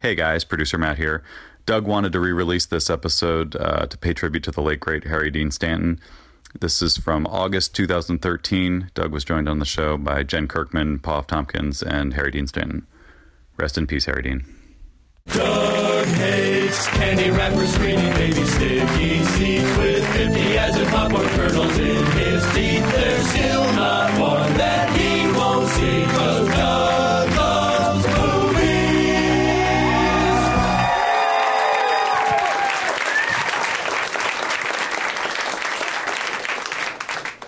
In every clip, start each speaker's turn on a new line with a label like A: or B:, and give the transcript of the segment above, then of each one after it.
A: Hey guys, producer Matt here. Doug wanted to re release this episode uh, to pay tribute to the late, great Harry Dean Stanton. This is from August 2013. Doug was joined on the show by Jen Kirkman, Paul F. Tompkins, and Harry Dean Stanton. Rest in peace, Harry Dean.
B: Doug hates candy wrappers, greeny baby sticky seeds with 50 as in popcorn kernels in his teeth. There's still not one that he won't see 'cause Doug loves movies.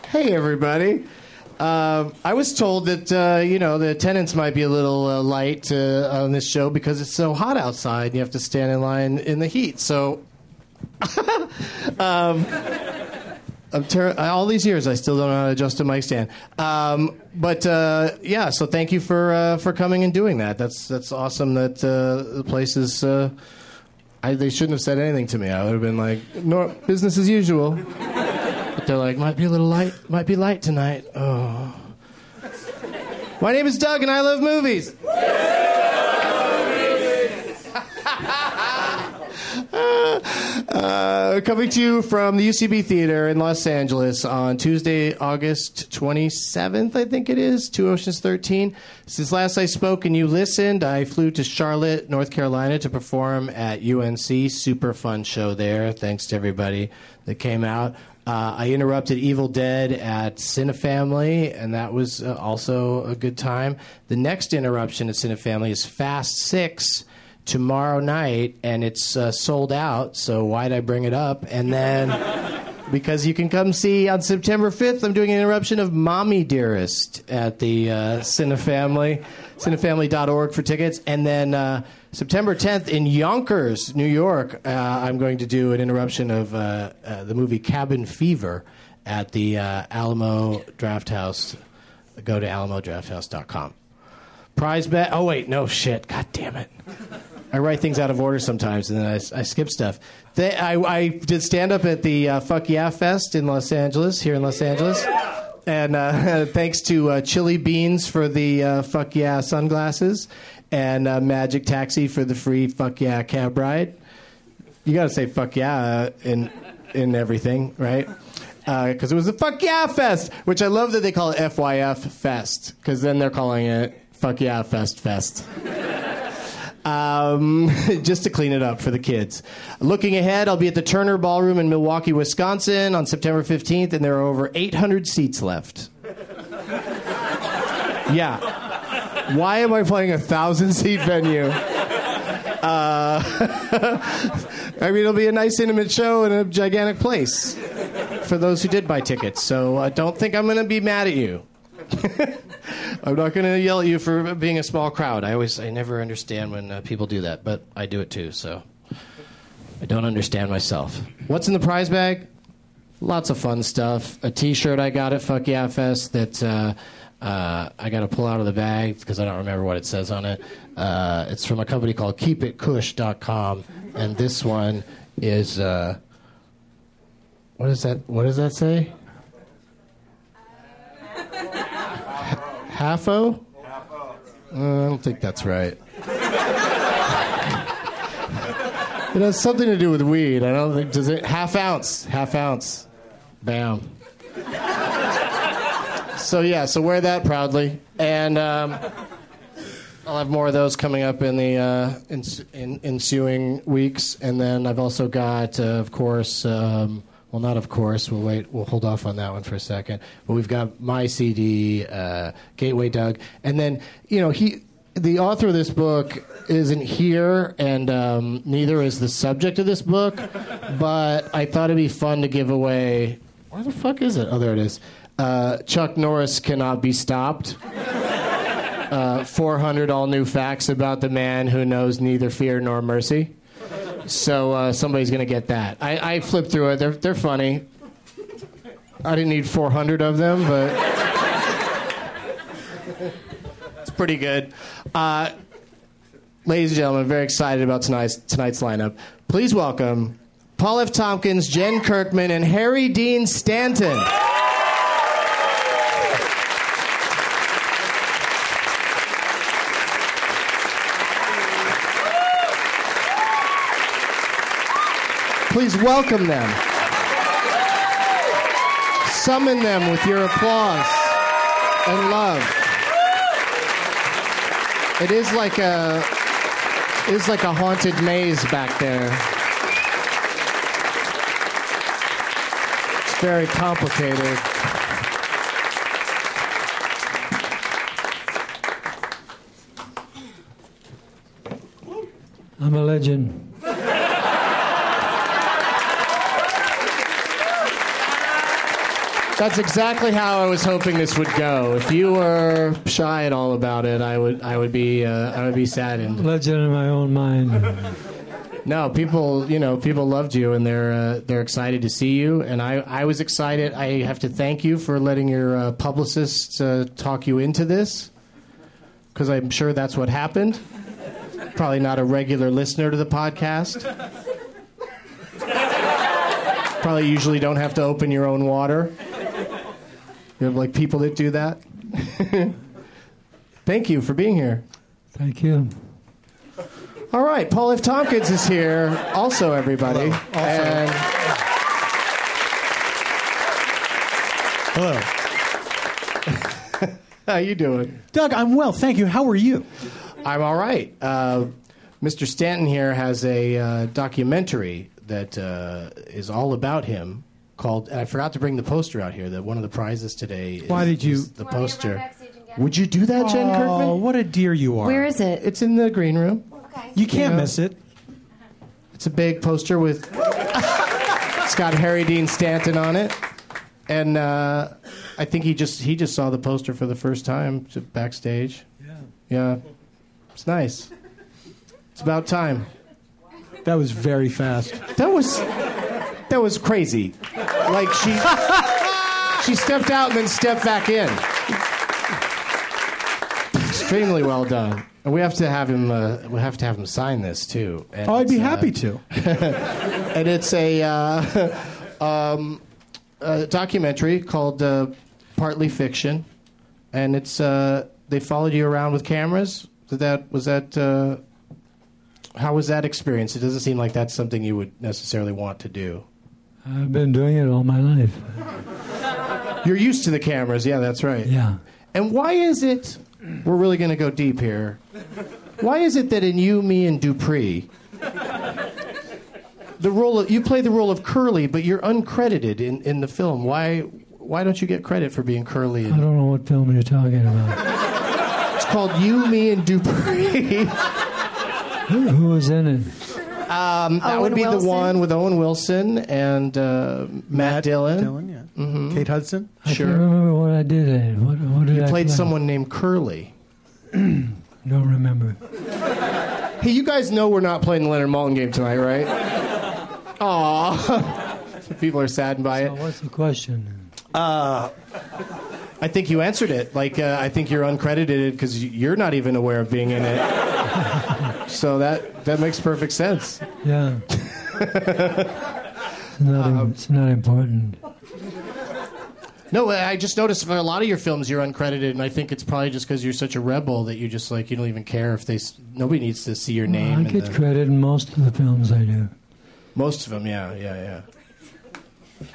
C: Hey, everybody. Um, I was told that, uh, you know, the attendance might be a little uh, light uh, on this show because it's so hot outside and you have to stand in line in the heat. So, um, I'm ter- all these years, I still don't know how to adjust a mic stand. Um, but, uh, yeah, so thank you for, uh, for coming and doing that. That's, that's awesome that uh, the place is. Uh, I, they shouldn't have said anything to me. I would have been like, nor- business as usual. They're like, might be a little light, might be light tonight. Oh. My name is Doug, and I love movies. Uh, coming to you from the UCB Theater in Los Angeles on Tuesday, August 27th, I think it is, Two Oceans 13. Since last I spoke and you listened, I flew to Charlotte, North Carolina to perform at UNC. Super fun show there. Thanks to everybody that came out. Uh, I interrupted Evil Dead at Cinefamily, and that was uh, also a good time. The next interruption at Cinefamily is Fast Six tomorrow night and it's uh, sold out so why'd i bring it up and then because you can come see on september 5th i'm doing an interruption of mommy dearest at the uh, cinefamily cinefamily.org for tickets and then uh, september 10th in yonkers new york uh, i'm going to do an interruption of uh, uh, the movie cabin fever at the uh, alamo draft house go to alamodrafthouse.com prize bet oh wait no shit god damn it I write things out of order sometimes, and then I, I skip stuff. They, I, I did stand up at the uh, Fuck Yeah Fest in Los Angeles, here in Los Angeles. And uh, thanks to uh, Chili Beans for the uh, Fuck Yeah sunglasses and uh, Magic Taxi for the free Fuck Yeah cab ride. You got to say Fuck Yeah uh, in, in everything, right? Because it was the Fuck Yeah Fest, which I love that they call it FYF Fest, because then they're calling it Fuck Yeah Fest Fest um, just to clean it up for the kids. Looking ahead, I'll be at the Turner Ballroom in Milwaukee, Wisconsin on September 15th, and there are over 800 seats left. yeah. Why am I playing a thousand seat venue? Uh, I mean, it'll be a nice, intimate show in a gigantic place for those who did buy tickets. So uh, don't think I'm going to be mad at you. I'm not going to yell at you for being a small crowd. I always, I never understand when uh, people do that, but I do it too. So I don't understand myself. What's in the prize bag? Lots of fun stuff. A T-shirt I got at Fuck Yeah Fest that uh, uh, I got to pull out of the bag because I don't remember what it says on it. Uh, it's from a company called KeepItCush.com, and this one is uh, what is that? What does that say? Halfo? Uh, I don't think that's right. it has something to do with weed. I don't think does it. Half ounce, half ounce, bam. so yeah, so wear that proudly, and um, I'll have more of those coming up in the uh, ens- in, ensuing weeks. And then I've also got, uh, of course. Um, well, not of course. We'll wait. We'll hold off on that one for a second. But we've got my CD, uh, Gateway Doug, and then you know he, the author of this book, isn't here, and um, neither is the subject of this book. But I thought it'd be fun to give away. Where the fuck is it? Oh, there it is. Uh, Chuck Norris cannot be stopped. 400 all new facts about the man who knows neither fear nor mercy. So uh, somebody's going to get that. I, I flipped through it. They're, they're funny. I didn't need 400 of them, but it's pretty good. Uh, ladies and gentlemen, very excited about tonight's, tonight's lineup. Please welcome Paul F. Tompkins, Jen Kirkman, and Harry Dean Stanton. Please welcome them. Summon them with your applause and love. It is like a it is like a haunted maze back there. It's very complicated.
D: I'm a legend.
C: That's exactly how I was hoping this would go. If you were shy at all about it, I would I would be uh, I would be saddened.
D: Legend in my own mind.
C: No, people, you know, people loved you, and they're uh, they're excited to see you. And I, I was excited. I have to thank you for letting your uh, publicist uh, talk you into this, because I'm sure that's what happened. Probably not a regular listener to the podcast. Probably usually don't have to open your own water. You have like people that do that. thank you for being here.
D: Thank you.
C: All right, Paul F. Tompkins is here. Also, everybody. And
E: Hello.
C: how you doing?
E: Doug, I'm well, thank you. How are you?
C: I'm all right. Uh, Mr. Stanton here has a uh, documentary that uh, is all about him called. And I forgot to bring the poster out here. That one of the prizes today. Is,
E: Why did you-
C: is the
F: Why don't you run
C: poster?
F: backstage and get it?
C: Would you do that, Jen
E: Oh,
C: Kirkman?
E: what a dear you are.
F: Where is it?
C: It's in the green room.
E: You can't
C: Yeah.
E: miss it.
C: It's a big poster with it's got Harry Dean Stanton on it, and uh, I think he just he just saw the poster for the first time to- backstage. Yeah, yeah, it's nice. It's about time.
E: That was very fast.
C: That was that was crazy. Like she she stepped out and then stepped back in. extremely well done. And we have to have him. Uh, we have to have him sign this too. And
E: Oh, I'd be
C: it's, uh,
E: happy to.
C: and it's a, uh, um, a documentary called uh, Partly Fiction, and it's uh, they followed you around with cameras. Did that was that? Uh, how was that experience? It doesn't seem like that's something you would necessarily want to do.
D: I've been doing it all my life.
C: You're used to the cameras, yeah, that's right.
D: Yeah.
C: And why is it? We're really going to go deep here. Why is it that in you, me, and Dupree, the role of, you play the role of Curly, but you're uncredited in, in the film? Why why don't you get credit for being Curly?
D: I don't know what film you're talking about.
C: It's called You, Me, and Dupree.
D: Who who was in it?
C: that would
F: Owen
C: be the
F: Wilson.
C: one with Owen Wilson and uh, Matt, Dillon.
E: Dillon, yeah.
C: Mm-hmm.
E: Kate Hudson.
D: I can't
C: Sure,
D: remember what I did. in it. What, what did
C: you
D: I
C: played
D: play?
C: someone named Curly.
D: Don't remember.
C: Hey, you guys know we're not playing the Leonard Maltin game tonight, right? Aw. People are saddened by
D: So
C: it.
D: what's the question?
C: I think you answered it. Like, uh, I think you're uncredited because you're not even aware of being in it. so that, that makes perfect sense.
D: Yeah. it's, not,
C: Um,
D: im- it's not important.
C: No, I just noticed for a lot of your films you're uncredited, and I think it's probably just because you're such a rebel that you just like you don't even care if they. s- Nobody needs to see your name.
D: I
C: in
D: get
C: the-
D: credit in most of the films I do.
C: Most of them, yeah, yeah, yeah.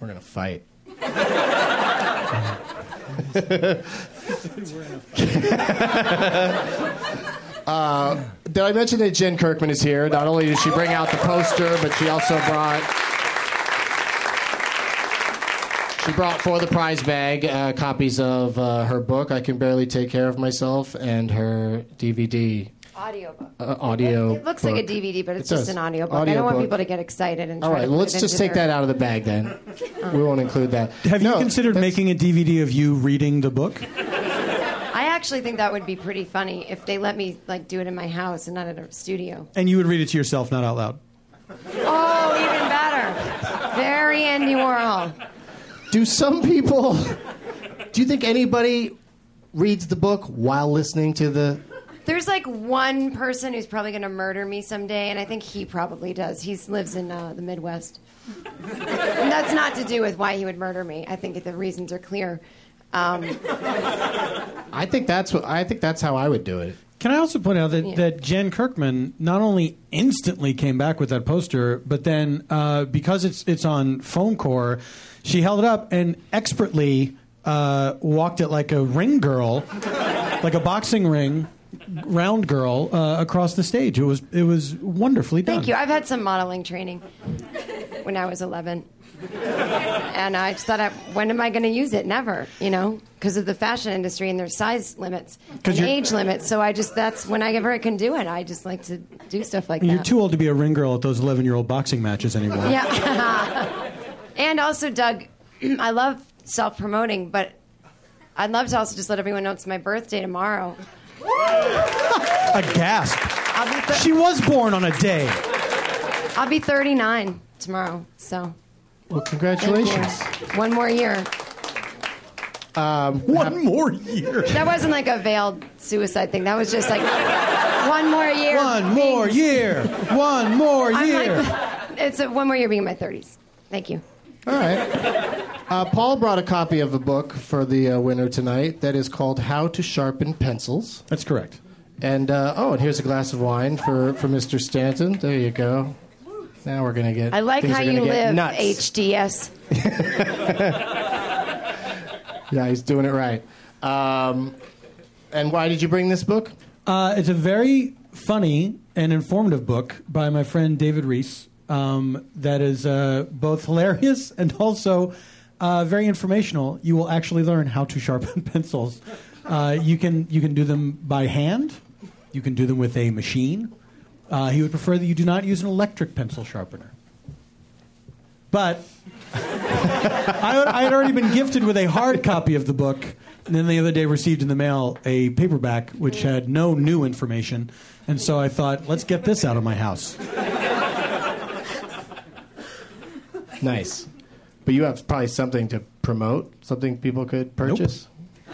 C: We're gonna fight. uh, did I mention that Jen Kirkman is here? Not only did she bring out the poster, but she also brought. She brought for the prize bag uh, copies of uh, her book, I Can Barely Take Care of Myself, and her DVD
F: Audiobook.
C: uh, audio.
F: It, it looks like a
C: book.
F: DVD, but it's
C: It
F: just
C: does.
F: an audiobook. I don't want
C: Audiobook.
F: people to get excited and.
C: All
F: try
C: right,
F: to
C: well,
F: put
C: let's
F: it
C: just
F: into
C: take
F: their-
C: that out of the bag then.
F: Uh-huh.
C: we won't include that.
E: Have
C: No,
E: you considered
C: that's-
E: making a DVD of you reading the book?
F: I actually think that would be pretty funny if they let me like do it in my house and not at a studio.
E: And you would read it to yourself, not out loud.
F: Oh, even better. Very Andy Warhol.
C: Do some people? Do you think anybody reads the book while listening to the?
F: There's like one person who's probably going to murder me someday, and I think he probably does. He lives in uh, the Midwest. and that's not to do with why he would murder me. I think the reasons are clear. Um,
C: I think that's what I think that's how I would do it.
E: Can I also point out that,
F: Yeah.
E: that Jen Kirkman not only instantly came back with that poster, but then uh, because it's it's on foam core, she held it up and expertly uh, walked it like a ring girl, like a boxing ring round girl uh, across the stage. It was it was wonderfully done.
F: Thank you. I've had some modeling training when I was 11. And I just thought, I, when am I going to use it? Never, you know, because of the fashion industry and their size limits
E: 'Cause
F: and
E: you're-
F: age limits. So I just, that's whenever I can do it, I just like to do stuff like
E: You're
F: that.
E: too old to be a ring girl at those eleven year old boxing matches anymore.
F: Yeah. and also, Doug, I love self promoting, but I'd love to also just let everyone know it's my birthday tomorrow.
E: A gasp.
F: I'll be, th-
E: She was born on a day.
F: I'll be 39 tomorrow. So,
C: Well,
F: thank you.
C: congratulations. Um,
F: One more year.
E: One more year.
F: That wasn't like a veiled suicide thing. That was just like one more year.
E: One
F: being-
E: more year. One more
F: I'm like-
E: year.
F: it's a, one more year being in my 30s. Thank you.
C: All right. Uh, Paul brought a copy of a book for the uh, winner tonight that is called How to Sharpen Pencils.
E: That's correct.
C: And uh, oh, and here's a glass of wine for, for Mr. Stanton. There you go. Now we're gonna get.
F: I like
C: things
F: how
C: are gonna
F: you
C: get
F: live,
C: Nuts.
F: HDS.
C: Yeah, he's doing it right. Um, and why did you bring this book?
E: Uh, it's a very funny and informative book by my friend David Reese um, that is uh, both hilarious and also uh, very informational. You will actually learn how to sharpen pencils. Uh, you, can, you can do them by hand, you can do them with a machine. Uh, he would prefer that you do not use an electric pencil sharpener. But I, had- I had already been gifted with a hard copy of the book, and then the other day received in the mail a paperback which had no new information, and so I thought, let's get this out of my house.
C: Nice. But you have probably something to promote, something people could purchase.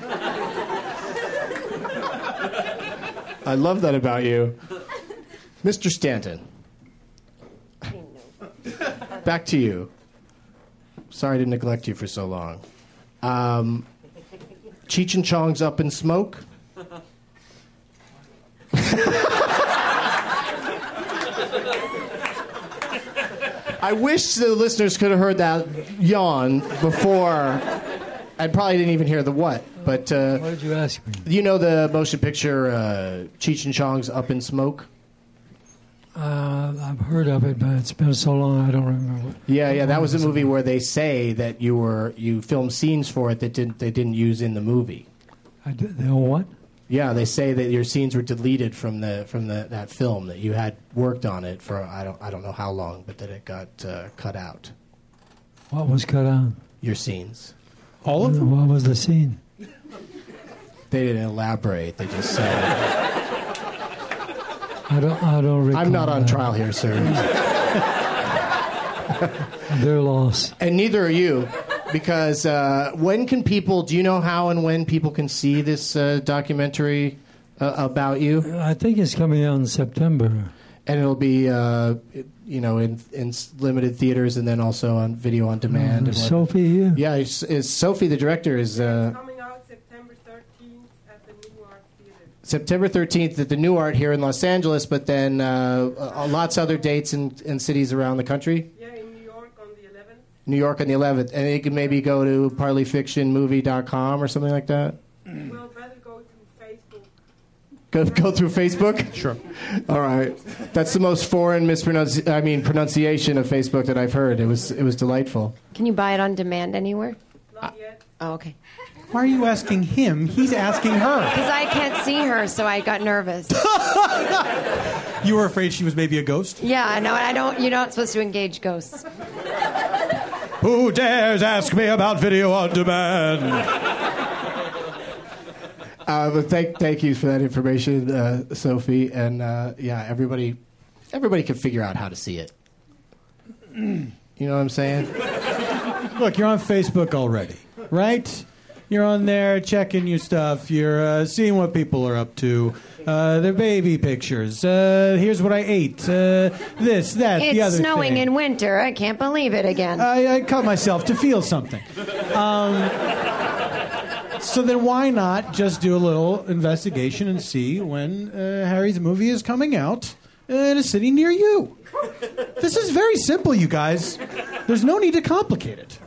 C: I love that about you. Mr. Stanton. Back to you. Sorry to neglect you for so long. Um, Cheech and Chong's Up in Smoke. I wish the listeners could have heard that yawn before. I probably didn't even hear the what, but uh,
D: What did you ask me?
C: you know the motion picture uh, Cheech and Chong's Up in Smoke?
D: Uh, I've heard of it, but it's been so long I don't remember.
C: Yeah, yeah, that was a movie where they say that you were you filmed scenes for it that didn't they didn't use in the movie.
D: I did, the what?
C: Yeah, they say that your scenes were deleted from the from the, that film that you had worked on it for I don't I don't know how long, but that it got uh, cut out.
D: What was cut out?
C: Your scenes.
E: All of them?
D: What was the scene?
C: They didn't elaborate. They just said,
D: I don't. I don't recall.
C: "I'm not on
D: that.
C: trial here, sir,"
D: They're lost.
C: and neither are you, because uh, when can people? Do you know how and when people can see this uh, documentary uh, about you?
D: I think it's coming out in September.
C: and it'll be uh, it- you know in in s- limited theaters and then also on video on demand.
E: Mm,
C: and what-
D: Sophie here.
C: yeah, is, is Sophie the director is uh,
G: Coming out September 13th at the New York Theater.
C: September 13th at the New Art here in Los Angeles, but then uh, uh, lots of other dates in, in cities around the country.
G: Yeah, in New York on the 11th.
C: New York on the 11th, and you can maybe go to parleyfictionmovie.com or something like that.
G: Well, better go to Facebook.
C: Go, go through Facebook. Sure. All right. That's the most foreign mispronounci- I mean pronunciation of Facebook that I've heard. It was it was delightful.
F: Can you buy it on demand anywhere?
G: Not yet.
F: Oh, okay.
E: Why are you asking him? He's asking her.
F: Because I can't see her, so I got nervous.
E: You were afraid she was maybe a ghost?
F: Yeah, I know. I don't. You're not supposed to engage ghosts.
E: Who dares ask me about video on demand?
C: Uh, but thank thank you for that information, uh, Sophie. And uh, yeah, everybody everybody can figure out how to see it. You know what I'm saying?
E: Look, you're on Facebook already, right? You're on there checking your stuff. You're uh, seeing what people are up to. Uh, their baby pictures. Uh, here's what I ate. Uh, this, that, the
F: It's
E: other
F: snowing
E: thing. Uh,
F: in winter. I can't believe it again.
E: I, I cut myself to feel something. Um, so then, why not just do a little investigation and see when uh, Harry's movie is coming out in a city near you? This is very simple, you guys. There's no need to complicate it.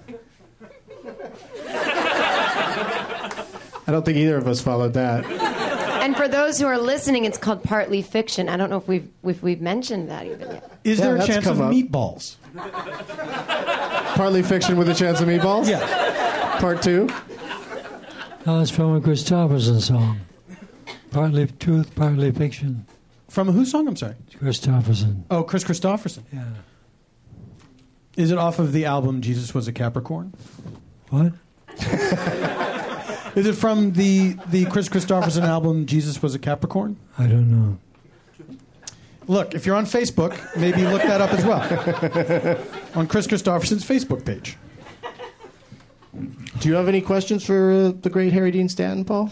C: I don't think either of us followed that.
F: and for those who are listening, it's called partly fiction. I don't know if we've if we've mentioned that even yet.
E: Is
C: Yeah,
E: there a
C: that's
E: chance of
C: come up.
E: meatballs?
C: Partly fiction with a chance of meatballs.
E: Yeah.
C: Part two.
D: Oh, it's from a Christopherson song. Partly truth, partly fiction.
E: From whose song? I'm sorry.
D: Christopherson.
E: Oh, Chris Christopherson.
D: Yeah.
E: Is it off of the album Jesus Was a Capricorn?
D: What?
E: Is it from the, the Chris Christopherson album Jesus Was a Capricorn?
D: I don't know.
E: Look, if you're on Facebook, maybe look that up as well. on Chris Christopherson's Facebook page.
C: Do you have any questions for uh, the great Harry Dean Stanton, Paul?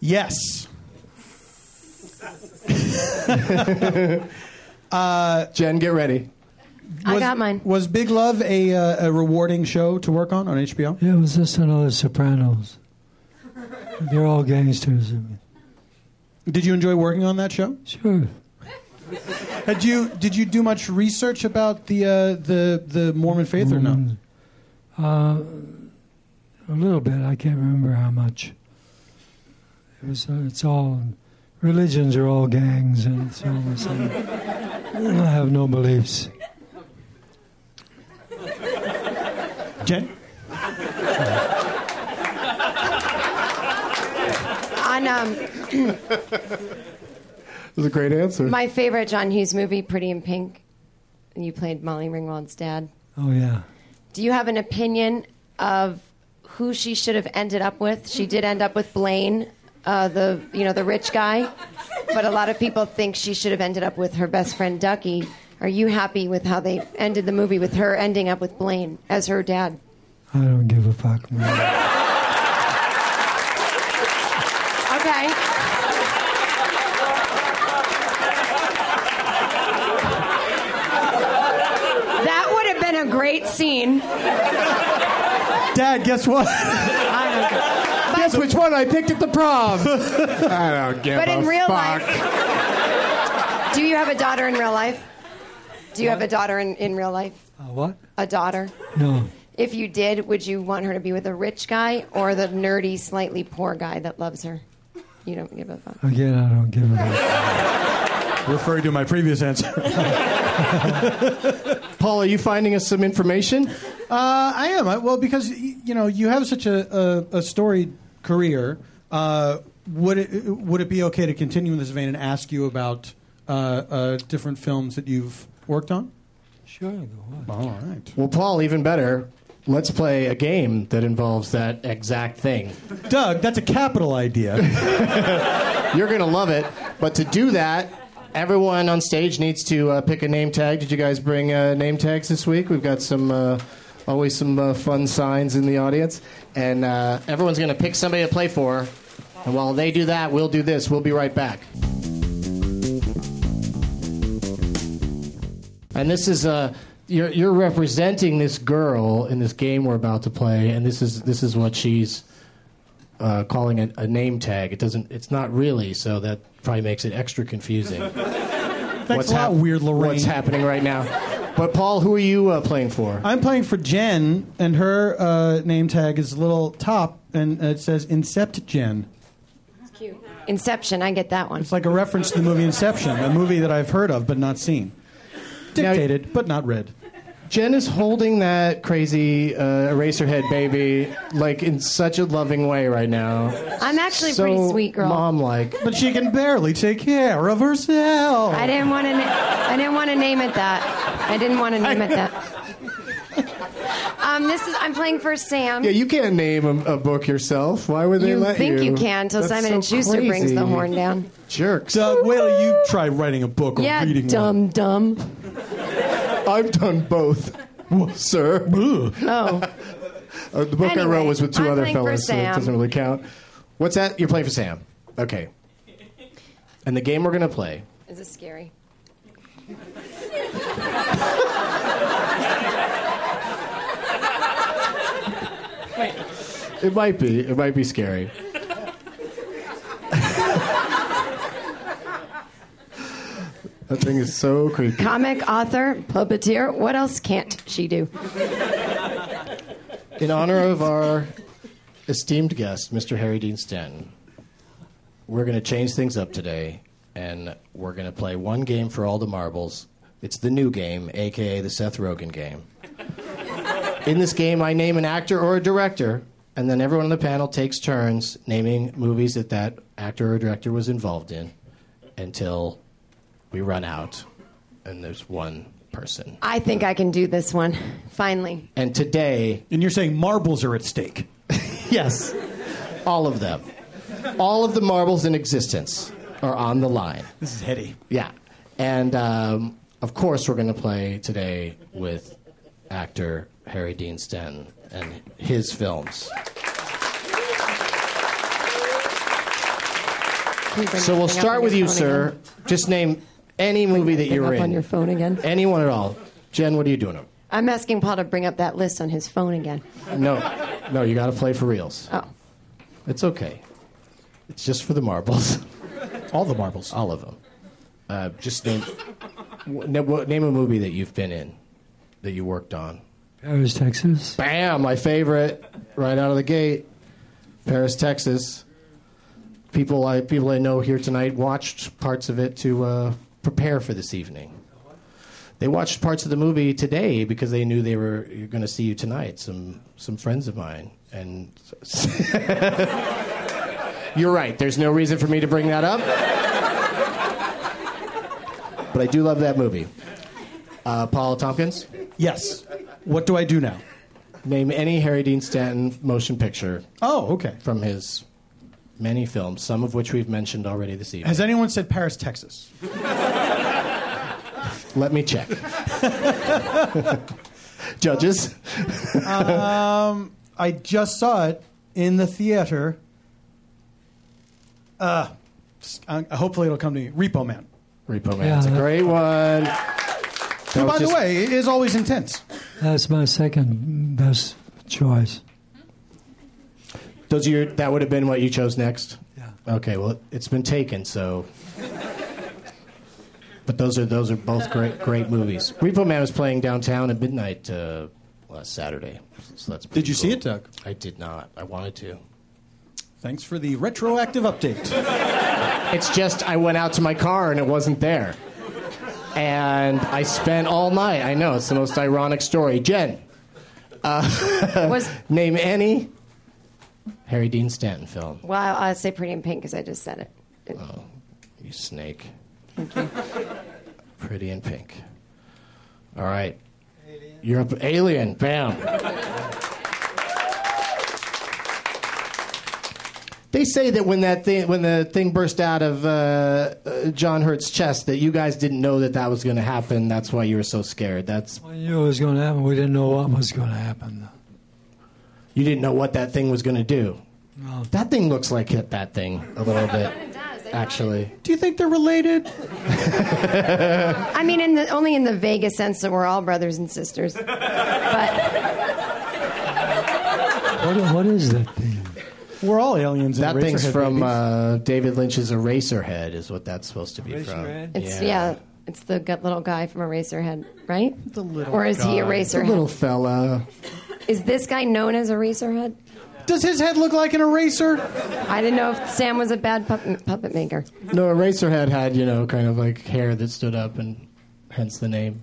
E: Yes.
C: Jen, get ready.
F: I got mine.
E: Was Big Love a, uh, a rewarding show to work on on HBO?
D: Yeah, it was just another Sopranos. They're all gangsters.
E: Did you enjoy working on that show?
D: Sure.
E: Had you did you do much research about the uh, the the Mormon faith or no?
D: A little bit. I can't remember how much. It was. Uh, it's all. Religions are all gangs, and it's all the same. I have no beliefs.
E: Jen,
F: On um,
C: That was a great answer.
F: my favorite John Hughes movie, Pretty in Pink, and you played Molly Ringwald's dad.
D: Oh yeah.
F: Do you have an opinion of who she should have ended up with? She did end up with Blaine, uh, the you know the rich guy, but a lot of people think she should have ended up with her best friend Ducky. Are you happy with how they ended the movie with her ending up with Blaine as her dad?
D: I don't give a fuck, man.
F: Okay. great scene.
E: Dad, guess what?
C: Guess which one I picked at the prom?
H: I don't give
F: But
H: a
F: in real
H: fuck.
F: life, do you have a daughter in real life? Do you have a daughter in, in real life?
D: Uh, what?
F: A daughter?
D: No.
F: If you did, would you want her to be with a rich guy or the nerdy, slightly poor guy that loves her? You don't give a fuck.
D: Again, I don't give a fuck.
E: Referring to my previous answer.
C: Paul, are you finding us some information?
E: Uh, I am. I, well, because y- you know you have such a, a, a storied career. Uh, would it would it be okay to continue in this vein and ask you about uh, uh, different films that you've worked on?
D: Sure, what?
E: All right,
C: Well, Paul, even better. Let's play a game that involves that exact thing.
E: Doug, that's a capital idea.
C: You're going to love it. But to do that, everyone on stage needs to uh, pick a name tag. Did you guys bring uh, name tags this week? We've got some. Uh, Always some uh, fun signs in the audience. And uh, everyone's going to pick somebody to play for. And while they do that, we'll do this. We'll be right back. And this is Uh, you're, you're representing this girl in this game we're about to play, and this is this is what she's uh, calling it a name tag. It doesn't. It's not really. So that probably makes it extra confusing.
E: Thanks a lot, weird Lorraine.
C: What's happening right now? But Paul, who are you uh, playing for?
E: I'm playing for Jen, and her uh, name tag is a little top, and it says "Incept Jen."
F: Inception, I get that one.
E: It's like a reference to the movie Inception, a movie that I've heard of but not seen, dictated but not read.
C: Jen is holding that crazy uh, eraser head baby like in such a loving way right now.
F: I'm actually a
C: so
F: pretty sweet girl.
C: Mom like.
E: But she can barely take care of herself.
F: I didn't want to. Na- I didn't want to name it that. I didn't want to name it that. Um, this is. I'm playing for Sam.
C: Yeah, you can't name a, a book yourself. Why would they
F: you
C: let
F: think
C: you?
F: you, can until
C: That's
F: Simon
C: so
F: and Schuster brings the
C: crazy.
F: horn down.
C: Jerks.
E: Doug, wait till you try writing a book or
F: Yeah,
E: reading
F: dumb, dumb.
C: I've done both, sir.
F: Oh,
C: Uh, the book I
F: Anyway,
C: wrote was with 2
F: I'm
C: other
F: playing for
C: fellas, so it
F: Sam.
C: doesn't really count. What's that? You're playing for Sam. Okay. And the game we're going to play
F: is this scary?
C: It might be. It might be scary. that thing is so creepy.
F: Comic, author, puppeteer. What else can't she do?
C: In honor of our esteemed guest, Mr. Harry Dean Stanton, we're going to change things up today, and we're going to play one game for all the marbles. It's the new game, aka the Seth Rogen game. In this game, I name an actor or a director, and then everyone on the panel takes turns naming movies that that actor or director was involved in until we run out and there's one person.
F: I think I can do this one. Finally,
C: And today,
E: And you're saying marbles are at stake.
C: Yes. All of them. All of the marbles in existence are on the line.
E: This is heady.
C: Yeah. And um, of course, we're going to play today with actor Harry Dean Stanton and his films.
F: Can you bring
C: So we'll
F: that thing up
C: start
F: on
C: with
F: your
C: you,
F: phone
C: sir.
F: again?
C: Just name any movie that
F: Bring
C: you're
F: up
C: in.
F: on your phone again.
C: Anyone at all. Jen, what are you doing?
F: I'm asking Paul to bring up that list on his phone again.
C: No, no, you got to play for reals.
F: Oh,
C: It's okay. It's just for the marbles.
E: All the marbles.
C: All of them. Uh, just name, w- na- w- name a movie that you've been in, that you worked on.
D: Paris, Texas.
C: Bam, my favorite, right out of the gate, Paris, Texas. People I people I know here tonight watched parts of it to uh, prepare for this evening. They watched parts of the movie today because they knew they were going to see you tonight. Some some friends of mine and. You're right. There's no reason for me to bring that up. but I do love that movie. Uh, Paul Tompkins?
E: Yes. What do I do now?
C: Name any Harry Dean Stanton motion picture
E: Oh, okay.
C: from his many films, some of which we've mentioned already this evening.
E: Has anyone said Paris, Texas?
C: Let me check. Judges?
E: Um, I just saw it in the theater. Uh, s- uh, hopefully it'll come to me. Repo Man.
C: Repo Man's
D: Yeah,
C: a
D: that-
C: great one.
E: Who,
C: was
E: by
C: just-
E: the way, is always intense.
D: That's my second best choice.
C: Those are your, that would have been what you chose next.
D: Yeah.
C: Okay. Well, it's been taken. So. But those are those are both great great movies. Repo Man was playing downtown at midnight uh, last Saturday. So that's pretty
E: Did you see
C: cool.
E: it, Doug?
C: I did not. I wanted to.
E: Thanks for the retroactive update.
C: It's just I went out to my car and it wasn't there. And I spent all night. I know it's the most ironic story. Jen,
F: Was
C: name any Harry Dean Stanton film.
F: well, I- I'll say Pretty in Pink because I just said it. It-
C: You snake. Pretty in pink. All right. You're up. Alien. Bam. They say that when that thing, when the thing burst out of uh, uh, John Hurt's chest, that you guys didn't know that that was going to happen. That's why you were so scared. That's
D: We knew it was going to happen. We didn't know what was going to happen.
C: you didn't know what that thing was going to do.
D: No.
C: That thing looks like it, that thing a little bit,
F: It does. I-
C: actually.
E: Do you think they're related?
F: I mean, in the, only in the vaguest sense that we're all brothers and sisters. But
D: What, what is that thing?
E: We're all aliens. and
C: That thing's
E: Eraserhead
C: from
E: babies.
C: uh, David Lynch's Eraserhead, is what that's supposed to be from.
F: it's yeah, it's the gut little guy from Eraserhead, right? The little or is he
C: The
F: Eraserhead?
C: little fella.
F: Is this guy known as Eraserhead?
E: Does his head look like an eraser?
F: I didn't know if Sam was a bad puppet, puppet maker.
C: No, Eraserhead had, you know, kind of like hair that stood up, and hence the name.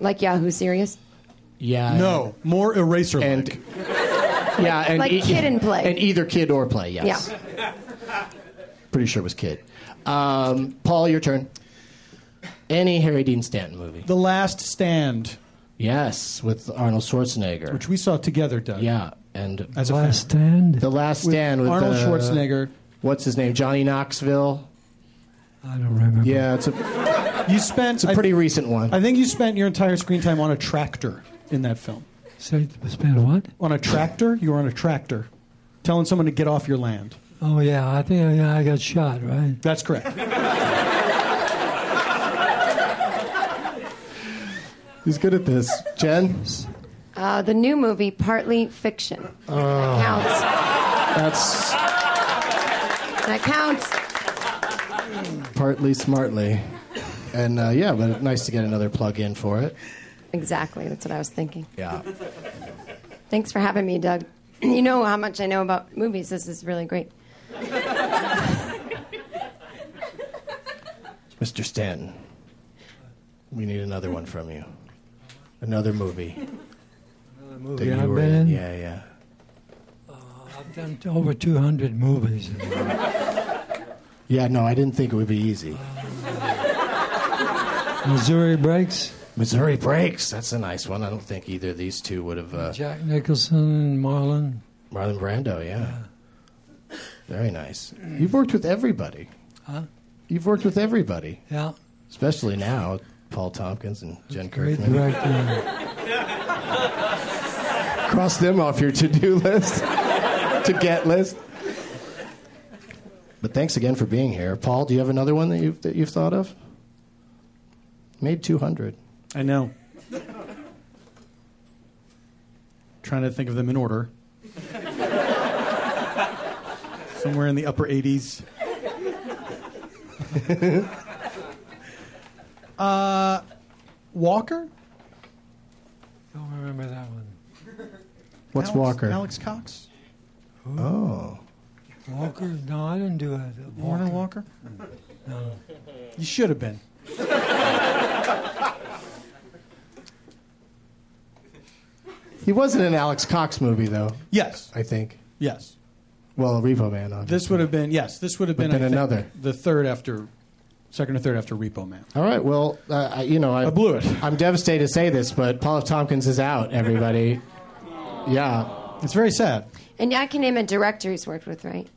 F: Like Yahoo Serious?
C: Yeah.
E: No, more eraser.
C: And. Yeah, and e-,
F: Like kid and play.
C: and either kid or play. Yes,
F: Yeah.
C: pretty sure it was kid. Um, Paul, your turn. Any Harry Dean Stanton movie?
E: The Last Stand,
C: Yes, with Arnold Schwarzenegger.
E: which we saw together, Doug.
C: yeah, and
E: As a fan.
D: Last stand?
C: The Last
E: With
C: Stand with
E: Arnold
C: uh,
E: Schwarzenegger.
C: What's his name? Johnny Knoxville.
D: I don't remember.
C: Yeah, it's a
E: You spent
C: it's a pretty recent one.
E: I, I think you spent your entire screen time on a tractor in that film.
D: Say, spend what?
E: On a tractor? You were on a tractor, telling someone to get off your land.
D: Oh, yeah. I think yeah, I got shot, right?
E: That's correct.
C: He's good at this. Jen,
F: Uh, the new movie, Partly Fiction. That counts.
C: that's
F: That counts.
C: partly smartly, and uh, yeah, but nice to get another plug in for it.
F: Exactly. That's what I was thinking.
C: Yeah,
F: Thanks for having me, Doug. You know how much I know about movies. This is really great.
C: Mr. Stanton, we need another one from you. Another movie
D: The
C: that
D: movie I've
C: you were
D: been
C: in.
D: in?
C: Yeah, yeah.
D: I've done over 200 movies.
C: Yeah, no, I didn't think it would be easy.
D: Missouri Breaks,
C: Missouri Breaks. That's a nice one. I don't think either of these two would have. Uh,
D: Jack Nicholson, Marlon.
C: Marlon Brando, yeah. Very nice. You've worked with everybody.
D: Huh?
C: You've worked with everybody,
D: Yeah.
C: especially now. Paul Tompkins and Jen
D: Great
C: Kirkman.
D: director.
C: Cross them off your to-do list, to get list. But thanks again for being here, Paul. Do you have another one that you've that you've thought of? Made two hundred.
E: I know. Trying to think of them in order. Somewhere in the upper 80s. uh, Uh, Walker?
D: Don't remember that one.
C: What's
E: Alex-
C: Walker?
E: Alex Cox?
C: Oh,
D: Walker? No, I didn't do it.
E: Warner Walker? You should have been.
C: he wasn't an Alex Cox movie though.
E: Yes.
C: I think.
E: Yes.
C: Well, Repo Man. Obviously.
E: This would have been, yes, this would have been
C: then
E: I think,
C: another.
E: The third after, second or third after Repo Man.
C: All right. Well, uh, I- you know, I,
E: I blew it.
C: I'm devastated to say this, but Paul F. Tompkins is out. Everybody. Yeah.
E: It's very sad.
F: And I can name a director he's worked with, right?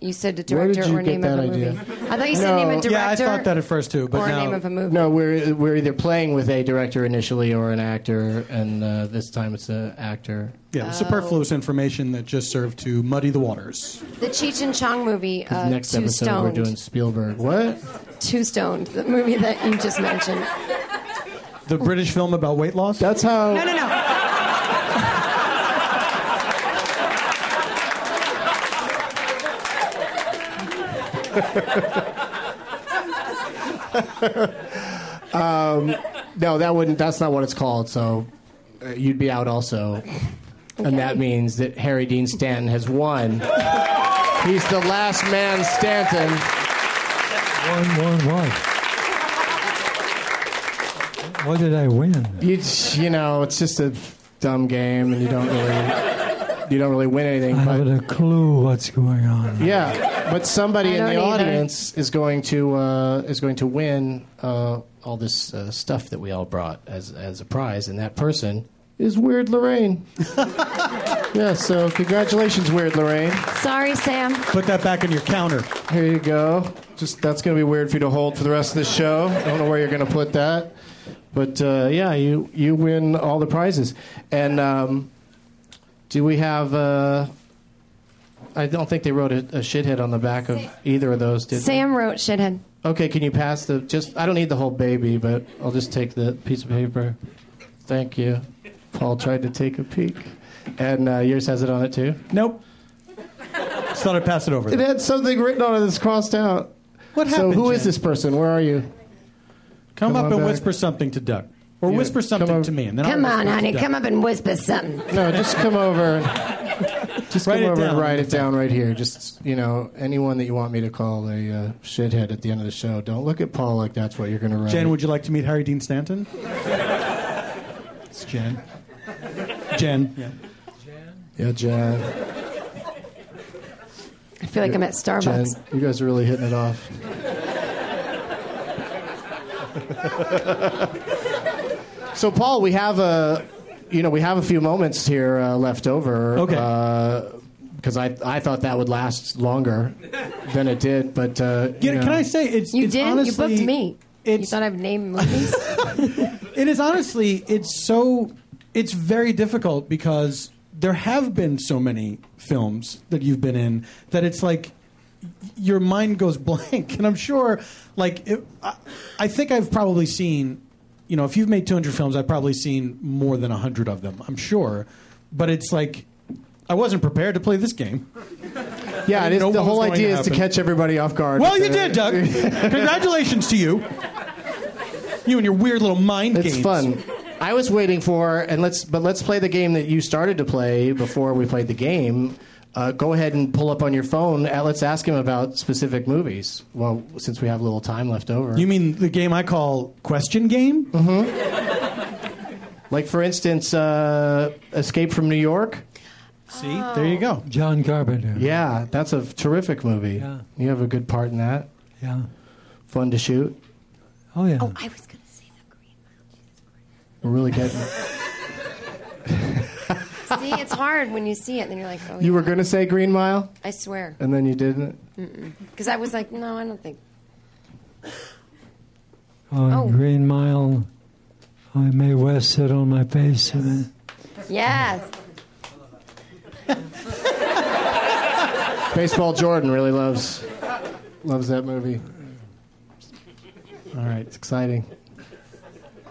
F: You said the
C: Where did
F: director
C: you
F: or
C: get
F: name of
C: that
F: a
C: idea?
F: movie. I thought you said
C: No.
F: name a director
E: Yeah, I thought that at first too, but
F: or
E: now-
F: name of a movie.
C: No, we're we're either playing with a director initially or an actor, and uh, this time it's an actor.
E: Yeah,
F: Oh.
E: superfluous information that just served to muddy the waters.
F: The Cheech and Chong movie, uh,
C: Next
F: Two
C: episode
F: Stoned.
C: we're doing Spielberg. What?
F: Two Stoned, the movie that you just mentioned.
E: The British film about weight loss?
C: That's how.
G: No, no, no.
C: Um, No, that wouldn't. That's not what it's called. So uh, you'd be out also, and that means that Harry Dean Stanton has won. He's the last man Stanton.
D: One, one, one. What did I win?
C: You you know, it's just a dumb game, and you don't really you don't really win anything.
D: I
C: But
D: haven't a clue what's going on.
C: yeah, but somebody in
F: I
C: the
F: don't either.
C: audience is going to uh, is going to win uh, all this uh, stuff that we all brought as as a prize, and that person is Weird Lorraine. yeah, so congratulations, Weird Lorraine.
F: Sorry, Sam.
E: Put that back in your counter.
C: Here you go. Just that's going to be weird for you to hold for the rest of the show. I don't know where you're going to put that, but uh, yeah, you you win all the prizes. And um, do we have? Uh, I don't think they wrote a, a shithead on the back of either of those, did
F: Sam wrote shithead.
C: they? Okay, can you pass the? Just I don't need the whole baby, but I'll just take the piece of paper. Thank you. Paul tried to take a peek, and uh, yours has it on it too.
E: Nope. Just thought I'd pass it over.
C: It had something written on it that's crossed out.
E: What
C: So
E: happened?
C: who is
E: Jen?
C: this person? Where are you?
E: Come,
C: Come
E: up
C: on
E: and
C: back.
E: whisper something to Doug, or
C: Yeah,
E: whisper
C: come
E: something
C: over.
E: to me, and then
F: Come
E: I'll
F: on,
E: whisper it to
F: honey.
E: Doug.
F: Come up and whisper something.
C: No, just come over. Just
E: Write
C: come
E: it
C: over
E: down.
C: and write it down right here. Just you know, anyone that you want me to call a uh, shithead at the end of the show. Don't look at Paul like that's what you're going to write.
E: Jen, would you like to meet Harry Dean Stanton? it's Jen. Jen. Yeah.
C: yeah, Jen,
F: I feel like I'm at
C: Jen,
F: Starbucks.
C: you guys are really hitting it off. so, Paul, we have a, you know, we have a few moments here uh, left over.
E: Okay.
C: because I, I thought that would last longer than it did, but uh,
E: Can,
C: you
E: can
C: know.
E: I say it's
F: You
E: it's
F: did?
E: Honestly,
F: you booked me. You
E: It's
F: thought I'd name movies? Oh,
E: it is honestly it's so it's very difficult because there have been so many films that you've been in that it's like your mind goes blank and i'm sure like it, I, I think i've probably seen you know if you've made 200 films i've probably seen more than 100 of them i'm sure but it's like i wasn't prepared to play this game
C: Yeah, it
E: didn't
C: is,
E: know
C: the
E: what
C: whole
E: was going
C: idea
E: to
C: is to
E: happen.
C: catch everybody off guard.
E: well you
C: Uh,
E: did doug congratulations to you you and your weird little mind
C: It's
E: games.
C: fun. I was waiting for, and let's, but let's play the game that you started to play before we played the game. Uh, go ahead and pull up on your phone. Uh, let's ask him about specific movies. Well, since we have a little time left over,
E: you mean the game i call question game
C: like for instance, uh, Escape from New York.
E: See, there you go.
D: John Carpenter.
C: Yeah, that's a terrific movie.
D: Yeah.
C: You have a good part in that.
D: Oh. Yeah.
C: Fun to shoot.
D: Oh yeah.
F: I was going to say the green.
C: We're really getting.
F: See, it's hard when you see it, and then you're like, oh,
C: you
F: yeah.
C: were going to say Green Mile,
F: I swear.
C: and then you didn't.
F: Because I was like, no, I don't think.
D: oh,
F: oh.
D: Green Mile. I made West sit on my face and then
F: Yes.
C: Baseball Jordan really loves loves that movie. All right, it's exciting.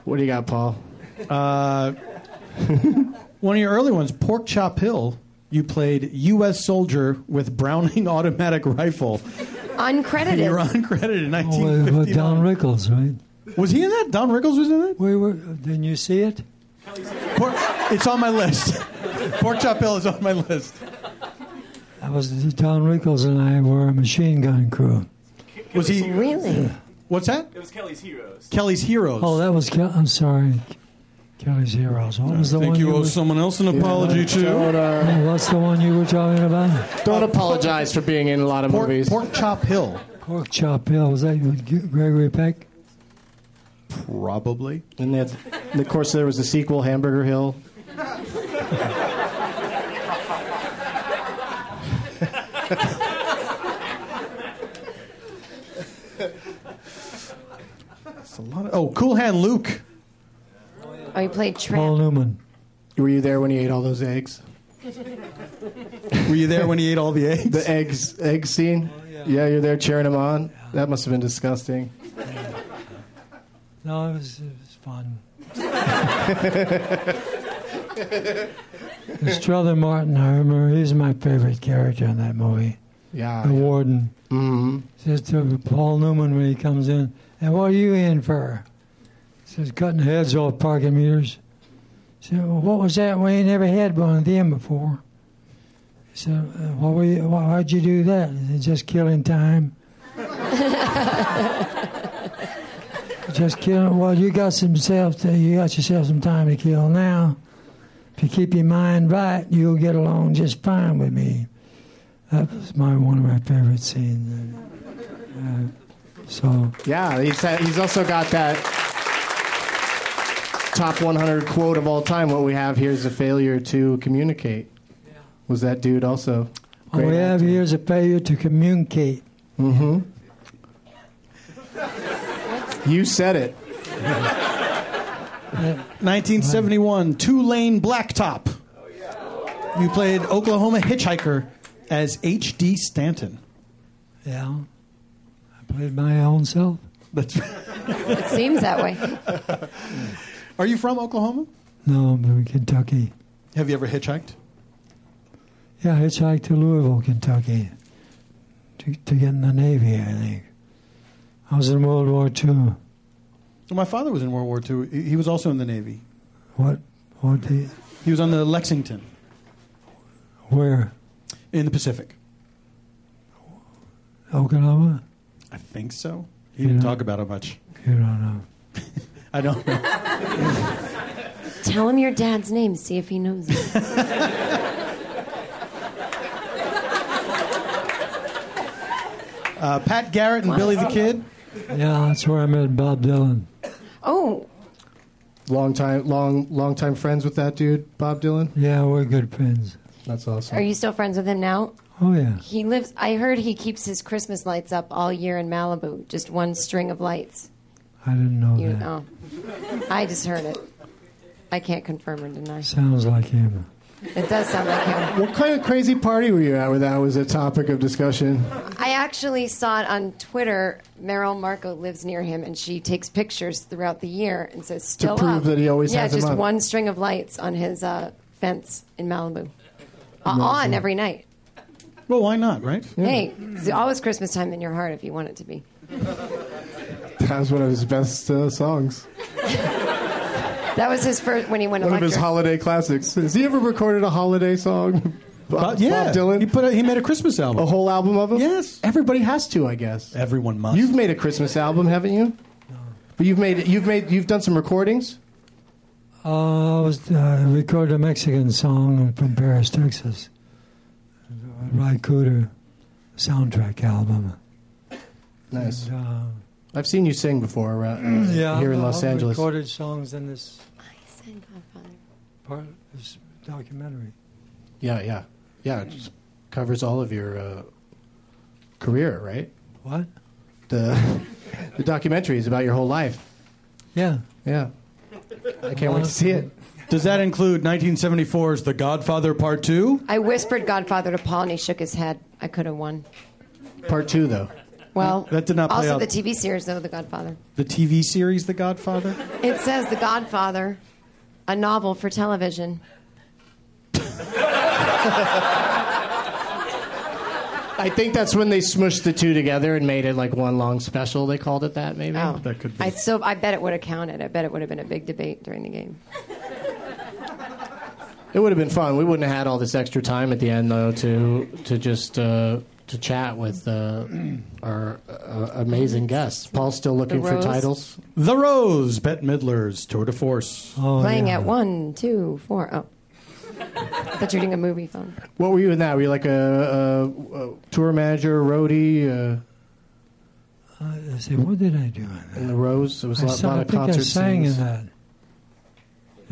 C: What do you got, Paul?
E: One of your early ones, Pork Chop Hill. You played U.S. soldier with Browning automatic rifle.
F: Uncredited.
E: You were uncredited in
D: oh, with, with
E: 1959.
D: Don Rickles, right?
E: was he in that? Don Rickles was in that.
D: We were. Didn't you see it?
E: Pork, it's on my list. Pork Chop Hill is on my list.
D: That was Don Rickles and I were a machine gun crew.
E: Was he?
F: Really?
E: What's that?
B: It was Kelly's Heroes.
E: Kelly's Heroes.
D: Oh, that was. Ke- I'm sorry, Kelly's Heroes. What was the one were-
E: oh, someone else an apology
C: Don't, uh,
D: Oh, What's the one you were talking about?
C: don't apologize for being in a lot of
E: Pork,
C: movies.
E: Pork Chop Hill.
D: Pork Chop Hill. Was that with G- Gregory Peck?
E: Probably.
C: And that, and of course, there was a sequel, Hamburger Hill.
E: It's a lot of- oh, Cool Hand Luke.
F: Oh, you played Tramp.
D: Paul Newman.
C: Were you there when he ate all those eggs?
E: Were you there when he ate all the eggs?
C: The eggs, egg
D: Oh,
C: scene. yeah. you're there cheering him on. That must have been disgusting.
D: No, it was, it was fun. Strother Martin, I remember he's my favorite character in that movie. The
C: Yeah.
D: warden says to Paul Newman when he comes in, "And what are you in for?" says, "Cutting heads off parking meters." said, well, "What was that? We ain't never had one of them before." He said, uh, "Why were you, why, why'd you do that?" He said, "Just killing time." Just killing. Well, you got some self. You got yourself some time to kill now. If you keep your mind right, you'll get along just fine with me. That was my one of my favorite scenes. Uh, so
C: Yeah, he's, uh, he's also got that top 100 quote of all time. What we have here is a failure to communicate. Was that dude also?
D: all we have here is a failure to communicate.
C: You said it.
E: 1971, Two Lane Blacktop. You played Oklahoma Hitchhiker as H.D. Stanton.
D: Yeah, I played my own self.
E: That's,
F: It seems that way.
E: are you from Oklahoma?
D: No, I'm from Kentucky.
E: Have you ever hitchhiked?
D: Yeah, I hitchhiked to Louisville, Kentucky, to, to get in the Navy. I think I was in World War II.
E: Well, my father was in World War II. He he was also in the Navy.
D: What? What? The,
E: He was on the Lexington
D: where?
E: in the Pacific.
D: Oklahoma?
E: I think so. He didn't
D: Yeah.
E: talk about it much.
D: You don't know.
E: I don't know.
F: Tell him your dad's name. See if he knows it.
E: Uh, Pat Garrett and Billy the Kid.
D: Yeah, that's where I met Bob Dylan.
F: Oh,
C: Long time, long, long time friends with that dude, Bob Dylan.
D: Yeah, we're good friends.
C: That's awesome.
F: are you still friends with him now?
D: Oh yeah.
F: He lives. I heard he keeps his Christmas lights up all year in Malibu. Just one string of lights.
D: I didn't know
F: You
D: that.
F: know. I just heard it. I can't confirm or deny.
D: Sounds like him.
F: It does sound like him.
C: what kind of crazy party were you at where that was a topic of discussion?
F: I actually saw it on Twitter. Meryl Marco lives near him, and she takes pictures throughout the year and says, "Still
C: prove
F: up."
C: that he always
F: yeah,
C: has 'em
F: just
C: up.
F: one string of lights on his uh, fence in Malibu, Uh, on every night.
E: Well, why not, right?
F: Hey, it's always Christmas time in your heart if you want it to be.
C: That was one of his best uh, songs.
F: That was his first when he went
C: One of his
F: electric.
C: holiday classics. Has he ever recorded a holiday song? Bob,
E: But yeah,
C: Bob Dylan?
E: He put a, he made a Christmas album.
C: a whole album of them?
E: Yes.
C: Everybody has to, I guess.
E: Everyone must.
C: You've made a Christmas album, haven't you? But you've made you've made you've done some recordings.
D: Uh, I was uh, recorded a Mexican song from Paris, Texas. Ry Cooter soundtrack album.
C: Nice.
D: Uh,
C: I've seen you sing before uh,
D: yeah,
C: here
D: I've-
C: in Los
D: I've
C: Angeles.
D: Recorded songs in this
F: Send Godfather.
D: part, this documentary.
C: Yeah, yeah, yeah. It just covers all of your uh, career, right?
D: What?
C: The the documentary is about your whole life.
D: Yeah.
C: Yeah, I can't wait to see it.
E: Does that include 1974's The Godfather Part 2?
F: I whispered Godfather to Paul, and he shook his head. I could have won.
C: Part two, though.
F: Well,
E: That did not play
F: also
E: out.
F: the TV series though, The Godfather.
E: The TV series The Godfather?
F: It says The Godfather, a novel for television.
C: I think that's when they smushed the two together and made it like one long special. They called it that, maybe.
F: Oh,
E: That could be.
F: I, so I bet it would have counted. I bet it would have been a big debate during the game.
C: It would have been fun. We wouldn't have had all this extra time at the end, though, to to just uh, to chat with uh, our uh, amazing guests. Paul's still looking
F: The
C: for
F: Rose.
C: titles.
E: The Rose, Bette Midler's Tour de Force.
D: Oh,
F: Playing
D: yeah.
F: at one, two, four. Oh, I thought you were doing a movie phone.
C: What were you in that? Were you like a, a, a tour manager, roadie, uh,
D: I say, what did I do in that?
C: in the Rose? There was a
D: I,
C: lot,
D: saw,
C: lot
D: I
C: of
D: think I
C: concert
D: sang
C: scenes.
D: in that.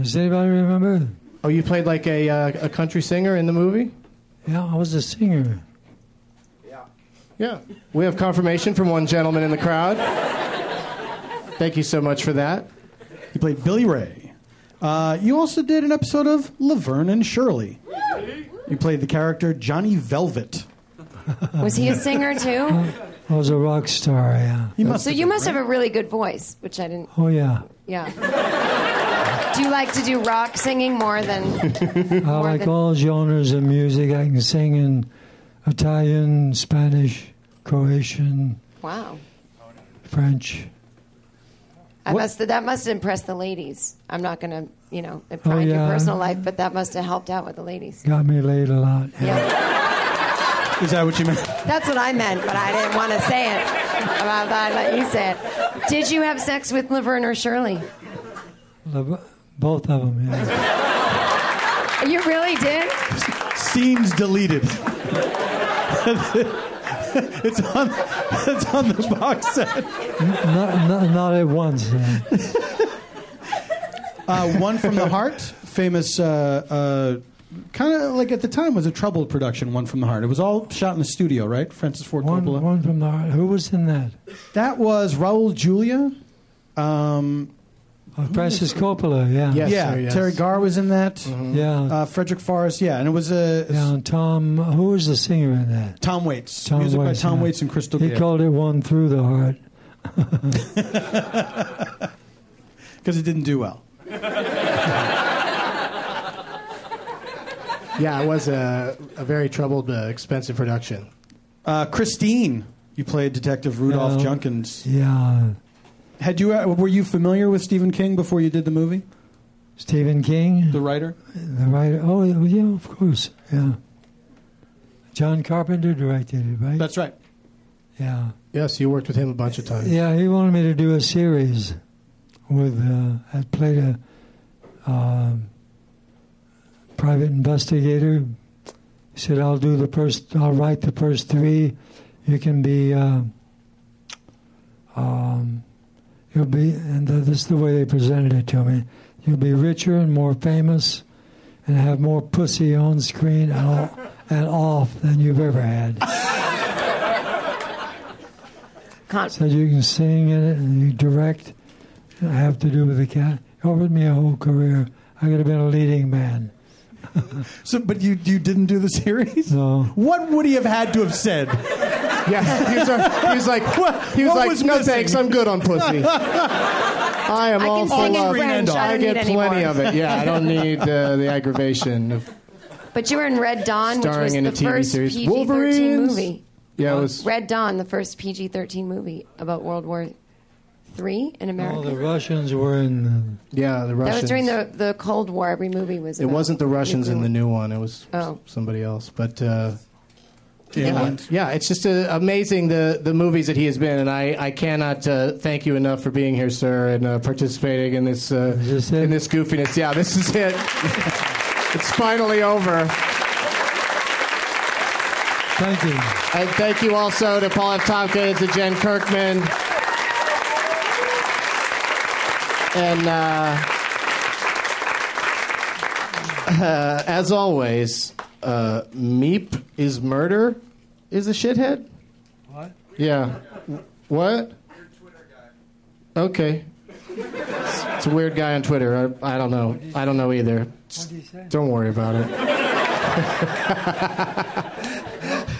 D: Does anybody remember?
C: Oh, you played like a uh, a country singer in the movie.
D: Yeah, I was a singer.
C: Yeah, we have confirmation from one gentleman in the crowd. Thank you so much for that.
E: You played Billy Ray. Uh, you also did an episode of Laverne and Shirley. You played the character Johnny Velvet.
F: Was he a singer too?
D: I was a rock star, yeah.
E: You must
F: So you must have a really good voice, which I didn't.
D: Oh, yeah.
F: Yeah. do you like to do rock singing more than?
D: I like all genres of music. I can sing in Italian, Spanish, Croatian,
F: Wow.
D: French.
F: I must that must impress the ladies. I'm not gonna, you know,
D: Oh,
F: pry into
D: yeah.
F: your personal life, but that must have helped out with the ladies.
D: Got me laid a lot. Yeah.
E: Is that what you meant?
F: That's what I meant, but I didn't want to say it. I thought I'd let you say it. Did you have sex with Laverne or Shirley?
D: Love- Both of them, yeah.
F: You really did?
E: Scenes deleted. it's on. It's on the box set.
D: not, not, not at once. yeah.
E: Uh, one from the heart, famous, uh, uh, kind of like at the time was a troubled production. One from the heart. It was all shot in the studio, right? Francis Ford
D: One,
E: Coppola.
D: one from the Who was in that? Oh,
E: That was Raul Julia. Um,
D: Oh, Francis Coppola, yeah.
C: Yes,
E: yeah,
C: sir, yes.
E: Terry Garr was in that.
D: Yeah.
E: Uh, Frederick Forrest. Yeah, and it was a
D: yeah, and Tom, who was the singer in that?
E: Tom Waits.
D: Tom
E: music
D: Waits,
E: by Tom
D: yeah.
E: Waits and Crystal
D: He
E: Gayle.
D: called it One Through the Heart.
E: because it didn't do well.
C: Yeah, it was a, a very troubled, uh, expensive production.
E: Uh, Christine, you played Detective Rudolph
D: Yeah.
E: Junkins.
D: Yeah.
E: Had you uh, were you familiar with Stephen King before you did the movie,
D: Stephen King,
E: the writer?
D: the writer. Oh, yeah, of course. Yeah. John Carpenter directed it, right?
E: That's right.
D: yeah.
C: Yes, you worked with him a bunch of times.
D: Yeah, he wanted me to do a series with. Uh, I played a um, private investigator. He said, "I'll do the first. I'll write the first three. You can be. Uh, um, you'll be." And th- this is the way they presented it to me. You'll be richer and more famous, and have more pussy on screen and, all, and off than you've ever had.
F: Con-
D: Said you can sing in it and you direct. I have to do with the cat. It offered me a whole career. I could have been a leading man.
E: So, but you you didn't do the series.
D: No.
E: What would he have had to have said?
C: Yeah, he was, uh, he was like,
E: What-
C: he was
E: what
C: like,
E: was
C: no
E: missing?"
C: thanks, I'm good on pussy. I am
F: I
C: all
F: can
C: for
F: sing in
C: love.
F: French, I don't
C: get
F: need any
C: plenty
F: more.
C: of it. Yeah, I don't need uh, the aggravation of.
F: But you were in Red Dawn, which was
C: Starring in
F: the
C: a TV
F: first
C: series.
F: PG-13
C: Wolverines!
F: movie.
C: Yeah, it was.
F: Red Dawn, the first PG-13 movie about World War Three in America.
D: All the
E: Oh,
D: Russians were in. uh,
C: Yeah, the Russians.
F: That was during the, the Cold War. Every movie was.
C: It wasn't the Russians in the new one. It was
F: Oh.
C: somebody else. But uh, yeah,
E: Yeah.
C: yeah, it's just uh, amazing the the movies that he has been, and I I cannot uh, thank you enough for being here, sir, and uh, participating in this uh,
D: Is this it?
C: in this goofiness. Yeah, this is it. it's finally over.
D: Thank you.
C: And thank you also to Paul F. Tompkins and Jen Kirkman. And uh, uh, as always, uh, Meep is murder is a shithead? What? Yeah. What? Okay. It's a weird guy on Twitter. I, I don't know. I don't know either.
D: What did you say?
C: Don't worry about it.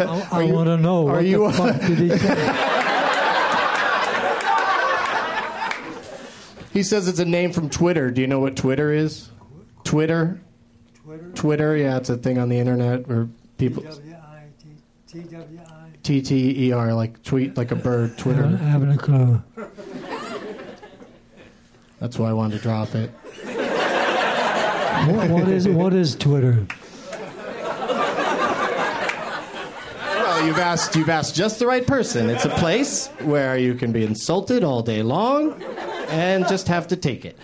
D: I, I want to know.
C: are
D: what
C: you-
D: the fuck did he say?
C: He says it's a name from Twitter. Do you know what Twitter is? Twitter? Twitter? yeah, it's a thing on the internet where people
D: T-W-I.
C: T T E R like tweet like a
D: I
C: bird,
D: haven't, I
C: Twitter.
D: haven't a clue.
C: That's why I wanted to drop it.
D: What, what is what is Twitter?
C: Well, you've asked you've asked just the right person. It's a place where you can be insulted all day long and just have to take it.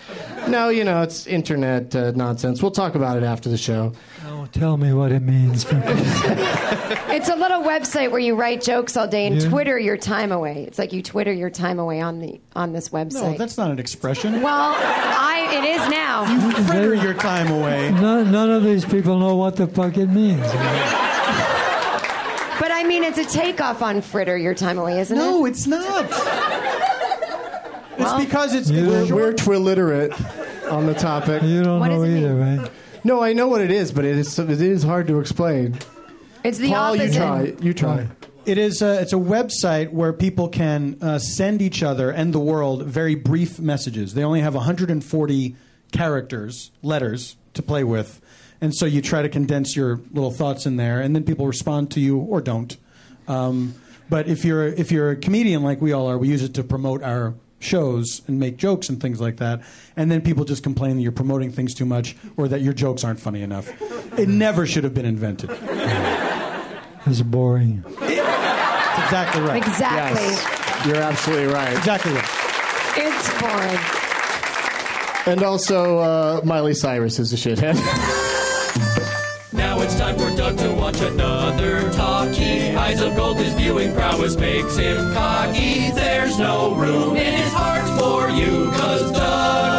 C: No, you know, it's internet uh, nonsense. We'll talk about it after the show.
D: Oh, tell me what it means. For
F: It's a little website where you write jokes all day and
D: Yeah.
F: Twitter your time away. It's like you Twitter your time away on the on this
E: No,
F: website.
E: that's not an expression.
F: well, I it is now.
E: Fritter your time away.
D: none, none of these people know what the fuck it means.
F: But I mean, it's a takeoff on fritter your time away, isn't
E: No,
F: it?
E: it's not. It's because it's
D: You
E: we're-
D: don't-
C: We're twilliterate on the topic.
D: You don't
F: What
D: know
F: does it
D: either,
F: mean?
D: right?
C: No, I know what it is, but it is it is hard to explain.
F: It's the
C: Paul, you
F: opposite.
C: try. You try.
A: It is. A, it's a website where people can uh, send each other and the world very brief messages. They only have 140 characters, letters to play with, and so you try to condense your little thoughts in there, and then people respond to you or don't. Um, but if you're if you're a comedian like we all are, we use it to promote our shows and make jokes and things like that. And then people just complain that you're promoting things too much or that your jokes aren't funny enough. It never should have been invented.
E: It's boring.
A: That's exactly right.
F: Exactly.
C: Yes. You're absolutely right.
A: Exactly right.
F: It's boring.
C: And also, uh, Miley Cyrus is a shithead.
G: Now it's time for Doug to watch another talkie. Eyes of gold, his viewing prowess makes him cocky. There's no room in his heart for you, cause Doug